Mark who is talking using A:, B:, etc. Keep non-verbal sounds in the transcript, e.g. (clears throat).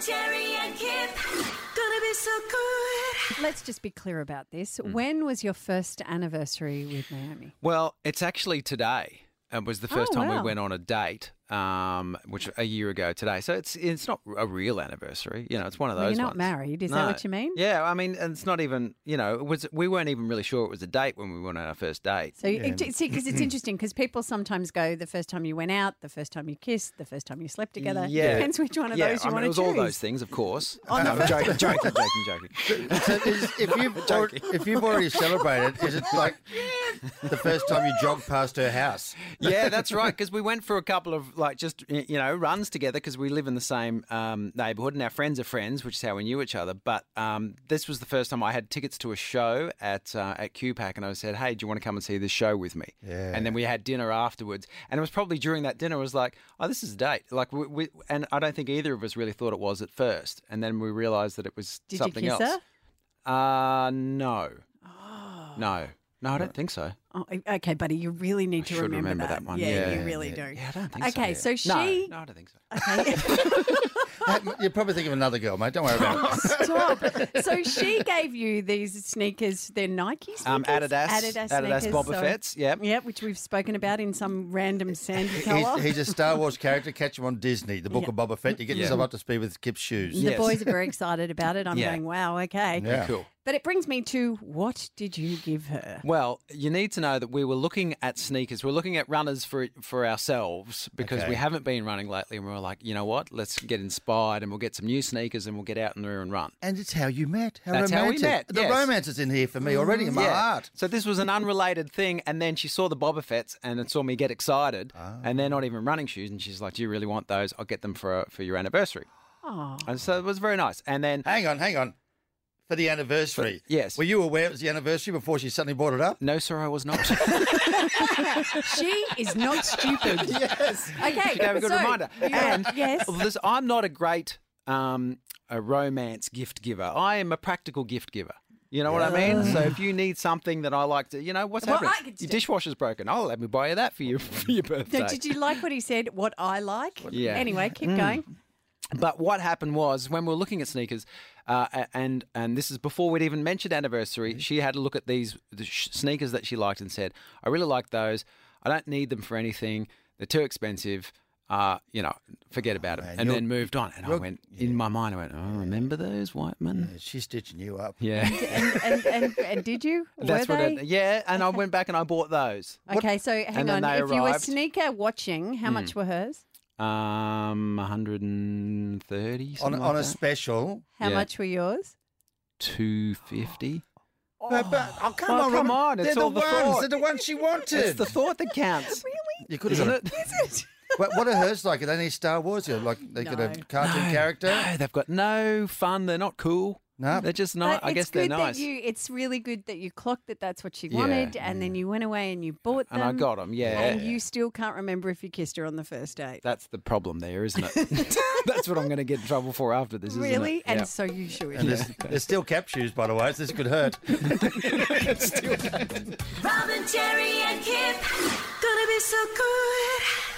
A: Jerry and Kip. Gonna be so good.
B: Let's just be clear about this.
C: Hmm.
B: When was your first anniversary with Naomi?
C: Well, it's actually today. It was the first
B: Oh,
C: time
B: wow.
C: we went on a date, um, which a year ago today. So it's it's not a real anniversary. You know, it's one of those.
B: Well, you're not
C: ones.
B: married, is that what you mean?
C: Yeah, I mean, and it's not even. You know, it was we weren't even really sure it was a date when we went on our first date.
B: So you it, see, because
C: (clears throat)
B: it's interesting, because people sometimes go the first time you went out, the first time you kissed, the first time you slept together. depends which one of
C: Yeah,
B: those you
C: I mean,
B: want
C: It
B: to
C: was
B: choose.
C: all those things, of course. (laughs)
B: On the
C: I'm
B: first-
C: joking, joking, joking,
B: (laughs)
C: joking.
D: So
C: (laughs)
D: is, if you've already, if you've already celebrated, is it like the first time you jogged past her house?
C: yeah, that's right. Because we went for a couple of like just y- you know runs together because we live in the same um, neighborhood and our friends are friends, which is how we knew each other. But um, this was the first time I had tickets to a show at uh, at QPAC, and I said, "Hey, do you want to come and see this show with me?"
D: Yeah.
C: And then we had dinner afterwards, and it was probably during that dinner I was like, "Oh, this is a date." Like we, we and I don't think either of us really thought it was at first, and then we realized that it was
B: Did
C: something
B: you kiss
C: else.
B: her?
C: Uh no, no, no, I don't think so.
B: Oh, okay, buddy, you really need to
C: should
B: remember,
C: remember
B: that.
C: that one.
B: Yeah,
C: Yeah,
B: you really do.
C: Yeah, I don't think so.
B: okay, so,
C: No,
B: she. (laughs)
C: no, I don't think so.
D: You're probably thinking of another girl, mate. Don't worry about it.
B: Stop. so she gave you these sneakers. They're Nike sneakers.
C: Um, Adidas,
B: Adidas,
C: Adidas
B: sneakers,
C: Boba
B: sorry.
C: Fett's, yep.
B: Yep, which we've spoken about in some random
C: (laughs)
B: sandy
D: He's,
B: colour.
D: he's a Star Wars character. Catch him on Disney, the Book of Boba Fett. You get
C: Yeah.
D: yourself up to speed with Kip's shoes.
B: The
C: Yes.
B: boys are
C: (laughs)
B: very excited about it. I'm
C: Yeah.
B: going, wow, okay.
D: Yeah.
C: Cool.
B: But it brings me to what did you give her?
C: Well, you need to know that we were looking at sneakers. We're looking at runners for for ourselves because
D: Okay.
C: we haven't been running lately, and we are like, you know what? Let's get inspired, and we'll get some new sneakers, and we'll get out in there and run.
D: And it's how you met. How
C: That's how we
D: romantic.
C: met,
D: The
C: yes.
D: romance is in here for me already in my heart.
C: So this was an unrelated thing, and then she saw the Boba Fett's and it saw me get excited, and they're not even running shoes, and she's like, "Do you really want those? I'll get them for for your anniversary." And so it was very nice. And then
D: Hang on, hang on. For the anniversary.
C: yes.
D: Were you aware it was the anniversary before she suddenly brought it up?
C: no, sir, I was not. (laughs)
B: She is not
C: (laughs)
B: stupid. yes. Okay.
C: Should have a good
B: so
C: reminder.
B: you-
C: And (laughs)
B: yes.
C: this, I'm not a great um, a romance gift giver. I am a practical gift giver. You know what I mean? So if you need something that I like to, you know, what's
B: Well, I
C: happening?
B: could-
C: Your dishwasher's broken. Oh, let me buy you that for your (laughs) for your birthday.
B: No, did you like what he said? What I like?
C: Yeah. Mm.
B: Anyway, keep going.
C: But what happened was when we were looking at sneakers, uh, a- and and this is before we'd even mentioned anniversary,
D: Mm-hmm.
C: she had a look at these the sh- sneakers that she liked and said, "I really like those. I don't need them for anything. They're too expensive. Uh, you know, forget about it." and
D: Ah, you're-
C: then moved on. And I went in my mind, I went, "Oh, remember those white men?"
D: She's stitching you up.
C: Yeah, (laughs)
B: And, and, and, and did you?
C: that's
B: Were
C: what.
B: they?
C: It, yeah, and I went back and I bought those.
B: Okay, so hang
C: And
B: on.
C: then they
B: If you were
C: arrived. Hmm.
B: sneaker watching, how much were hers?
C: Um, one hundred and thirty.
D: On,
C: like
D: on a
C: that.
D: special.
B: How
C: Yeah.
B: much were yours?
C: two fifty.
D: But, but, oh, come
C: Well,
D: on,
C: come
D: Robin.
C: on, it's
D: They're
C: all
D: the
C: the
D: ones.
C: thought.
D: They're the ones she wanted.
C: It's the thought that
D: (laughs)
C: counts.
D: you could have
C: Isn't
D: got
B: (laughs)
C: it?
B: Is it?
D: What, what are hers like? Are they any Star Wars? Are like they got
B: No.
D: a cartoon character?
C: No, they've got no fun. They're not cool.
D: No.
C: they're just not. I
B: it's
C: guess
B: good
C: they're nice.
B: That you, it's really good that you clocked that that's what she
C: Yeah,
B: wanted, and then you went away and you bought them.
C: And I got 'em, yeah.
B: um, And you still can't remember if you kissed her on the first date.
C: That's the problem there, isn't
B: (laughs)
C: it? (laughs) That's what I'm going to get in trouble for after this, isn't
B: really?
C: it?
B: And
C: Yeah.
B: so you should.
D: And there's, there's still cap shoes, by the way, so this could hurt.
A: Robin, Jerry, and Kip. Gonna be so good.